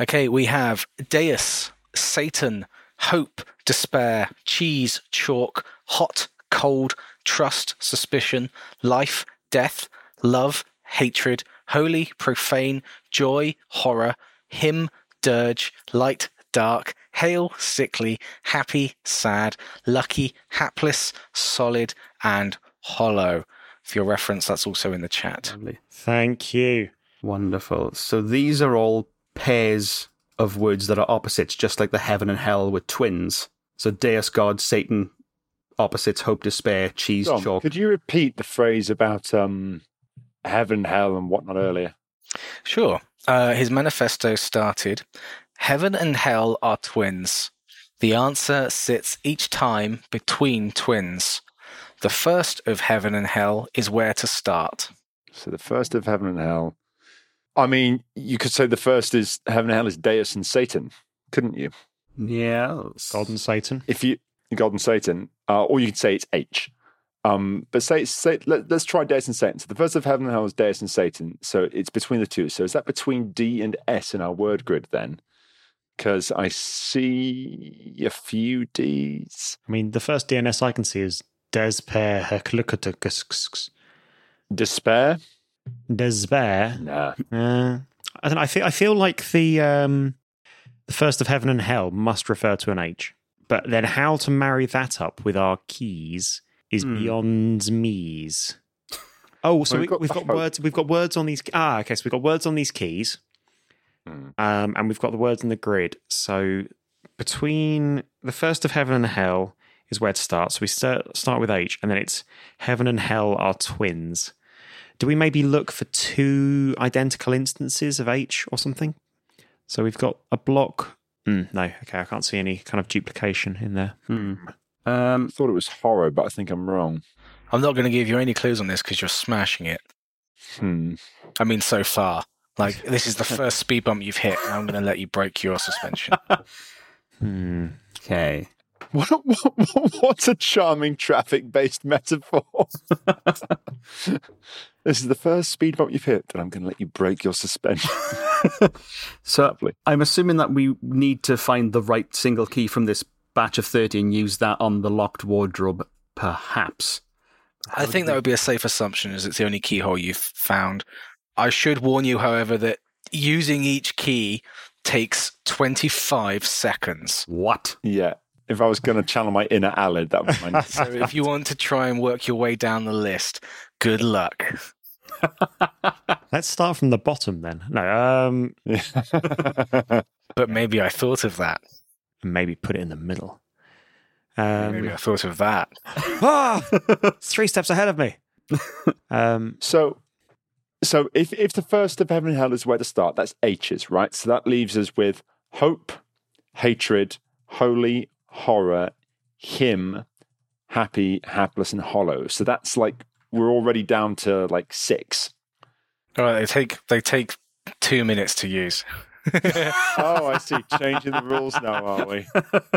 Speaker 6: Okay, we have Deus, Satan, Hope, Despair, Cheese, Chalk, Hot, Cold, Trust, Suspicion, Life, Death, Love, Hatred, Holy, Profane, Joy, Horror, Hymn, Dirge, Light, Dark, Hail, Sickly, Happy, Sad, Lucky, Hapless, Solid, and Hollow. For your reference, that's also in the chat.
Speaker 3: Lovely.
Speaker 2: Thank you.
Speaker 3: Wonderful. So these are all pairs of words that are opposites, just like the heaven and hell were twins. So Deus, God, Satan, opposites, hope, despair, cheese,
Speaker 1: Dom,
Speaker 3: chalk.
Speaker 1: could you repeat the phrase about um, heaven, hell, and whatnot earlier?
Speaker 6: Sure. Uh, his manifesto started Heaven and hell are twins. The answer sits each time between twins. The first of heaven and hell is where to start.
Speaker 1: So the first of heaven and hell. I mean, you could say the first is heaven and hell is Deus and Satan, couldn't you?
Speaker 3: Yes.
Speaker 2: God and Satan.
Speaker 1: If you God and Satan, uh, or you could say it's H. Um, but say, say let, let's try Deus and Satan. So the first of heaven and hell is Deus and Satan. So it's between the two. So is that between D and S in our word grid then? Because I see a few D's.
Speaker 2: I mean, the first DNS I can see is Despair Heclucatucus.
Speaker 1: Despair?
Speaker 2: Despair.
Speaker 1: Nah.
Speaker 2: Uh, I don't know. I feel I feel like the um, the first of heaven and hell must refer to an H, but then how to marry that up with our keys is
Speaker 3: Hmm.
Speaker 2: beyond me's. Oh, so
Speaker 1: We've
Speaker 2: we,
Speaker 1: got
Speaker 2: we've
Speaker 1: the
Speaker 2: got
Speaker 1: hope.
Speaker 2: words. We've got words on these. Ah, okay. So we've got words on these keys,
Speaker 1: Hmm.
Speaker 2: um, and we've got the words in the grid. So between the first of heaven and hell is where to start. So we start start with H, and then it's heaven and hell are twins. Do we maybe look for two identical instances of H or something? So we've got a block. Mm, no, okay, I can't see any kind of duplication in there.
Speaker 3: Hmm. Um,
Speaker 1: thought it was horror, but I think I'm wrong.
Speaker 6: I'm not going to give you any clues on this because you're smashing it.
Speaker 1: Hmm.
Speaker 6: I mean, so far. Like, this is the first speed bump you've hit, and I'm going to let you break your suspension.
Speaker 2: Hmm.
Speaker 3: okay.
Speaker 1: What a, what, what- what a charming traffic based metaphor. this is the first speed bump you've hit, and I'm going to let you break your suspension.
Speaker 3: So
Speaker 1: Lovely.
Speaker 3: I'm assuming that we need to find the right single key from this batch of 30 and use that on the locked wardrobe, perhaps.
Speaker 6: I think that would be a safe assumption, as it's the only keyhole you've found. I should warn you, however, that using each key takes 25 seconds.
Speaker 3: What?
Speaker 1: Yeah. If I was going to channel my inner Alid, that would be my
Speaker 6: So if you want to try and work your way down the list, good luck.
Speaker 2: Let's start from the bottom then. No, um,
Speaker 6: But maybe I thought of that.
Speaker 2: and maybe put it in the middle.
Speaker 6: Maybe
Speaker 2: Um,
Speaker 6: I thought of that.
Speaker 2: ah, it's three steps ahead of me. Um,
Speaker 1: So, so if if the first of heaven and hell is where to start, that's H's, right? So that leaves us with hope, hatred, holy, horror, him, happy, hapless, and hollow. So that's like we're already down to like six.
Speaker 6: All right, they take they take two minutes to use.
Speaker 1: Oh, I see. Changing the rules now, are we?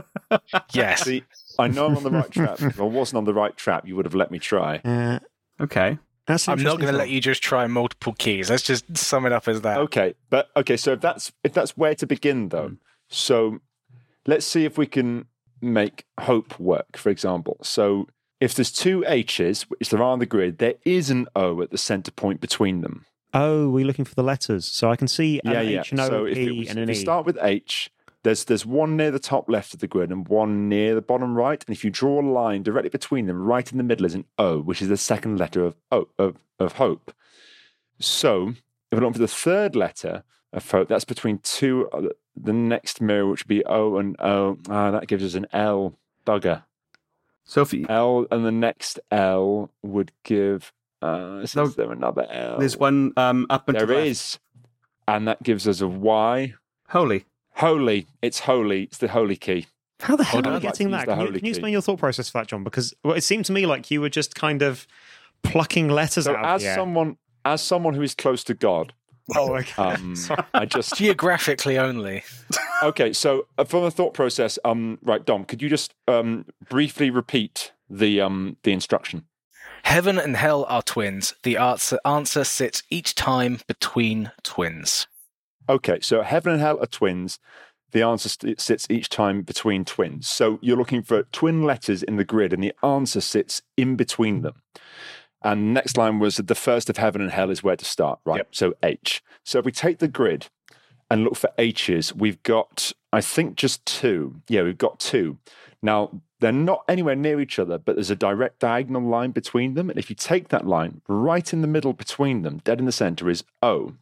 Speaker 6: Yes.
Speaker 1: See, I know I'm on the right track. If I wasn't on the right track, you would have let me try.
Speaker 2: uh,
Speaker 3: Okay.
Speaker 2: that's
Speaker 6: I'm not
Speaker 2: interesting
Speaker 6: going to
Speaker 2: thought.
Speaker 6: let you just try multiple keys. Let's just sum it up as that.
Speaker 1: Okay, but okay. So if that's if that's where to begin, though, so let's see if we can make hope work. For example, so if there's two H's, which there are on the grid, there is an O at the center point between them.
Speaker 2: Oh, we're looking for the letters. So I can see an
Speaker 1: yeah,
Speaker 2: H,
Speaker 1: yeah.
Speaker 2: an O,
Speaker 1: so if,
Speaker 2: P,
Speaker 1: it was,
Speaker 2: and
Speaker 1: if
Speaker 2: an
Speaker 1: you
Speaker 2: E.
Speaker 1: start with H, there's there's one near the top left of the grid and one near the bottom right, and if you draw a line directly between them, right in the middle is an O, which is the second letter of O of, of hope. So if we look for the third letter of hope, that's between two. uh, The next mirror, which would be O and O, ah, that gives us an L. Bugger.
Speaker 3: Sophie,
Speaker 1: L and the next L would give. Uh, is
Speaker 3: No,
Speaker 1: there another L?
Speaker 3: there's one um, up and to
Speaker 1: Uh, There
Speaker 3: the left.
Speaker 1: is, and that gives us a Y.
Speaker 3: Holy.
Speaker 1: Holy. It's holy. It's the holy key.
Speaker 2: How the hell are
Speaker 1: Hold on,
Speaker 2: we
Speaker 1: I'd like
Speaker 2: getting
Speaker 1: to use
Speaker 2: that?
Speaker 1: the
Speaker 2: Can you,
Speaker 1: holy
Speaker 2: can you
Speaker 1: key.
Speaker 2: explain your thought process for that, John? Because well, it seemed to me like you were just kind of plucking letters
Speaker 1: So
Speaker 2: out. of
Speaker 1: as
Speaker 2: the air.
Speaker 1: someone as someone who is close to God,
Speaker 2: oh, okay.
Speaker 1: um,
Speaker 2: Sorry.
Speaker 1: I just
Speaker 6: Geographically only.
Speaker 1: okay. So uh, from the thought process, um, right, Dom, could you just um, briefly repeat the um, the instruction?
Speaker 6: Heaven and hell are twins. The answer, answer sits each time between twins.
Speaker 1: Okay, so heaven and hell are twins. The answer st- sits each time between twins. So you're looking for twin letters in the grid, and the answer sits in between them. And next line was the first of heaven and hell is where to start, right? So H. So if we take the grid and look for H's, we've got, I think, just two. Yeah, we've got two. Now, they're not anywhere near each other, but there's a direct diagonal line between them. And if you take that line right in the middle between them, dead in the center, is O.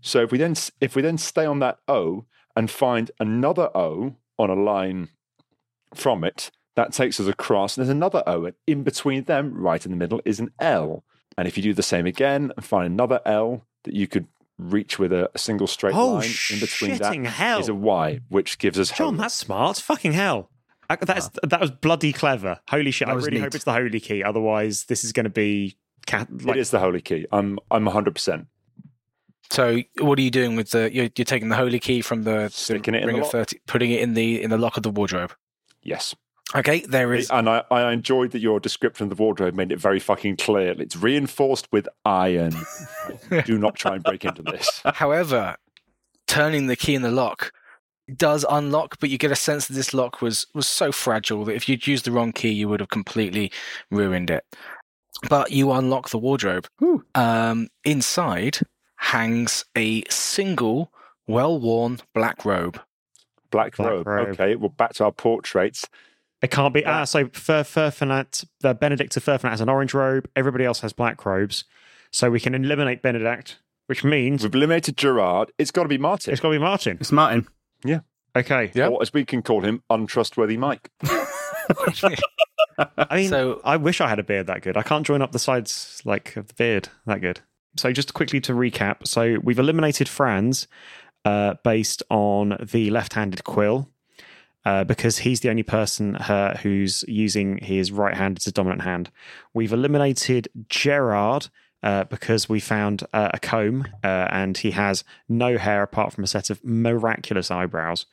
Speaker 1: So if we then if we then stay on that O and find another O on a line from it, that takes us across. And there's another O, and in between them, right in the middle, is an L. And if you do the same again and find another L that you could reach with a, a single straight
Speaker 2: Oh,
Speaker 1: line in between that
Speaker 2: shitting hell.
Speaker 1: is a Y, which gives us
Speaker 2: John,
Speaker 1: hope.
Speaker 2: that's smart. Fucking hell. I- That's that was bloody clever. Holy shit!
Speaker 3: That
Speaker 2: I
Speaker 3: was
Speaker 2: really
Speaker 3: neat.
Speaker 2: hope it's the holy key. Otherwise, this is going to be cat. Like,
Speaker 1: it is the holy key. I'm I'm 100 percent
Speaker 6: So, what are you doing with the? You're, you're taking the holy key from the,
Speaker 1: Sticking it in
Speaker 6: ring
Speaker 1: the
Speaker 6: of
Speaker 1: lock.
Speaker 6: thirty, putting it in the in the lock of the wardrobe.
Speaker 1: yes.
Speaker 6: Okay, there is.
Speaker 1: And I, I enjoyed that your description of the wardrobe made it very fucking clear. It's reinforced with iron. do not try and break into this.
Speaker 6: However, turning the key in the lock does unlock, but you get a sense that this lock was was so fragile that if you'd used the wrong key, you would have completely ruined it. But you unlock the wardrobe.
Speaker 3: Whew.
Speaker 6: Um, inside hangs a single, well-worn black robe.
Speaker 1: Black,
Speaker 2: Black
Speaker 1: robe.
Speaker 2: robe.
Speaker 1: Okay, well, back to our portraits.
Speaker 2: it can't be. Ah, so Fur Furfinat, the Benedict of Furfinat has an orange robe. Everybody else has black robes. So we can eliminate Benedict, which means
Speaker 1: We've eliminated Gerard. It's got to be Martin,
Speaker 2: it's got to be Martin.
Speaker 3: It's Martin.
Speaker 2: Okay.
Speaker 6: Yep.
Speaker 1: or as we can call him, untrustworthy Mike.
Speaker 2: I mean,
Speaker 6: So-
Speaker 2: I wish I had a beard that good. I can't join up the sides like of the beard that good. So just quickly to recap, so we've eliminated Franz uh, based on the left-handed quill uh, because he's the only person uh, who's using his right hand as a dominant hand. We've eliminated Gerard. Uh, because we found uh, a comb uh, and he has no hair apart from a set of miraculous eyebrows.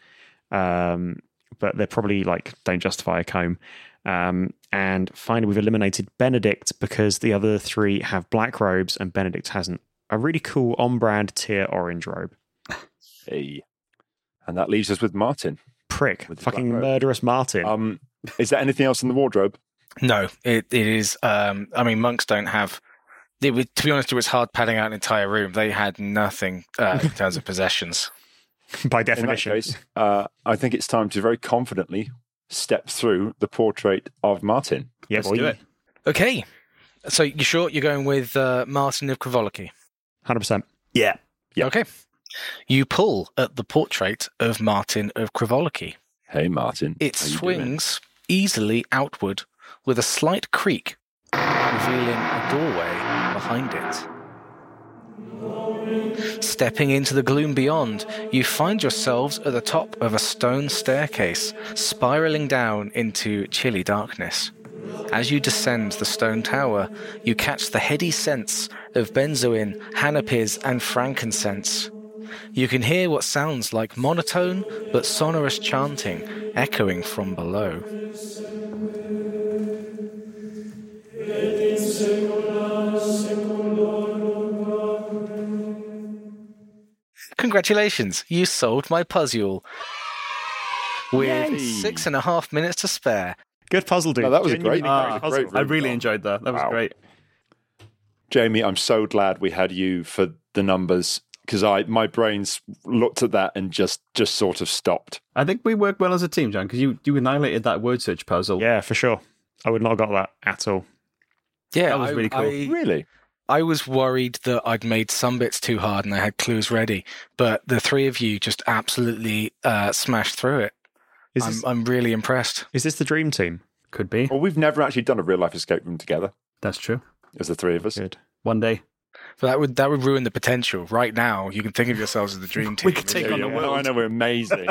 Speaker 2: Um, but they're probably like, don't justify a comb. Um, and finally, we've eliminated Benedict because the other three have black robes and Benedict hasn't. A really cool on brand tier orange robe.
Speaker 1: Hey. And that leaves us with Martin.
Speaker 2: Prick.
Speaker 1: With the black
Speaker 2: Fucking
Speaker 1: robe.
Speaker 2: murderous Martin.
Speaker 1: Um, is there anything else in the wardrobe?
Speaker 6: No, it, it is. Um, I mean, monks don't have. It was, to be honest, it was hard padding out an entire room. They had nothing uh, in terms of possessions.
Speaker 2: by
Speaker 1: In that
Speaker 2: definition.
Speaker 1: case, uh, I think it's time to very confidently step through the portrait of Martin.
Speaker 2: yeah,
Speaker 3: Let's
Speaker 2: boy.
Speaker 3: do it.
Speaker 6: Okay. So you sure you're going with uh, Martin of Krivoliki?
Speaker 2: 100%.
Speaker 3: Yeah.
Speaker 1: Yep.
Speaker 6: Okay. You pull at the portrait of Martin of Krivoliki.
Speaker 1: Hey, Martin.
Speaker 6: It
Speaker 1: how you doing?
Speaker 6: swings easily outward with a slight creak, revealing a doorway behind it. Stepping into the gloom beyond, you find yourselves at the top of a stone staircase, spiraling down into chilly darkness. As you descend the stone tower, you catch the heady scents of benzoin, hanopies, and frankincense. You can hear what sounds like monotone but sonorous chanting echoing from below. Congratulations, you solved my puzzle with
Speaker 1: Yay.
Speaker 6: six and a half minutes to spare.
Speaker 2: Good puzzle, dude.
Speaker 1: No, that was a great-
Speaker 2: Genuinely
Speaker 3: ah,
Speaker 2: puzzle.
Speaker 1: great-
Speaker 3: I really enjoyed that. That was
Speaker 1: Wow.
Speaker 3: great.
Speaker 1: Jamie, I'm so glad we had you for the numbers because I my brains looked at that and just just sort of stopped.
Speaker 3: I think we work well as a team, Jan, because you, you annihilated that word search puzzle.
Speaker 2: Yeah, for sure. I would not have got that at all.
Speaker 6: Yeah,
Speaker 3: That was really cool.
Speaker 6: I-
Speaker 1: Really?
Speaker 6: I was worried that I'd made some bits too hard and I had clues ready, but the three of you just absolutely uh, smashed through it.
Speaker 2: Is
Speaker 6: I'm,
Speaker 2: this,
Speaker 1: uh,
Speaker 6: I'm really impressed.
Speaker 2: is this the dream team?
Speaker 3: Could be.
Speaker 1: Well, we've never actually done a real life escape room together
Speaker 3: That's true.
Speaker 1: as the three of us.
Speaker 2: Good.
Speaker 3: One day.
Speaker 6: But that would that would ruin the potential. Right now, you can think of yourselves as the dream team.
Speaker 3: We could take
Speaker 1: Yeah,
Speaker 3: on the
Speaker 1: yeah.
Speaker 3: world.
Speaker 1: I know we're amazing.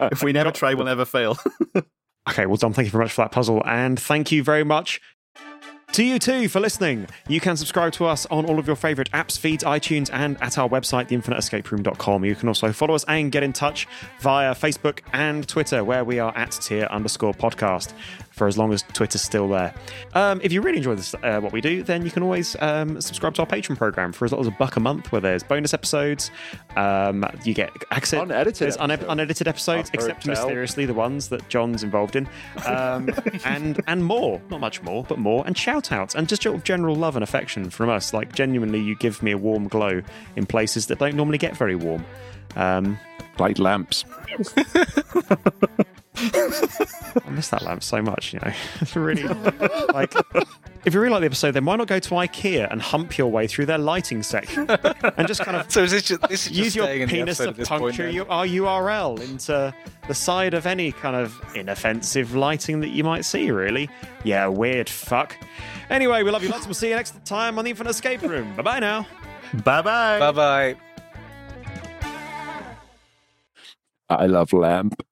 Speaker 3: If we never try, we'll never fail.
Speaker 2: Okay, well, Dom, thank you very much for that puzzle, and thank you very much. To you too for listening. You can subscribe to us on all of your favorite apps, feeds, iTunes, and at our website, theinfiniteescaperoom.com. You can also follow us and get in touch via Facebook and Twitter, where we are at tier underscore podcast for as long as Twitter's still there. Um, if you really enjoy this, uh, what we do, then you can always um, subscribe to our Patreon program for as little as a buck a month, where there's bonus episodes. Um, you get access.
Speaker 1: Unedited
Speaker 2: There's une-
Speaker 1: episodes.
Speaker 2: unedited episodes,
Speaker 1: I've heard
Speaker 2: except
Speaker 1: tell.
Speaker 2: mysterious seriously the ones that John's involved in, um, and and more, not much more, but more, and shout outs and just sort of general love and affection from us. Like genuinely, you give me a warm glow in places that don't normally get very warm. Um,
Speaker 1: like lamps.
Speaker 2: I miss that lamp so much, you know. It's really like if you really like the episode, then why not go to IKEA and hump your way through their lighting section and just kind of
Speaker 6: So is this just, this is just
Speaker 2: use your
Speaker 6: staying in the
Speaker 2: penis
Speaker 6: episode
Speaker 2: to
Speaker 6: at this point
Speaker 2: puncture
Speaker 6: then?
Speaker 2: your, our URL into the side of any kind of inoffensive lighting that you might see, really. Yeah, weird fuck. Anyway, we love you lots. We'll see you next time on the Infinite Escape Room. Bye bye now.
Speaker 3: bye bye.
Speaker 6: Bye bye.
Speaker 1: I love lamp.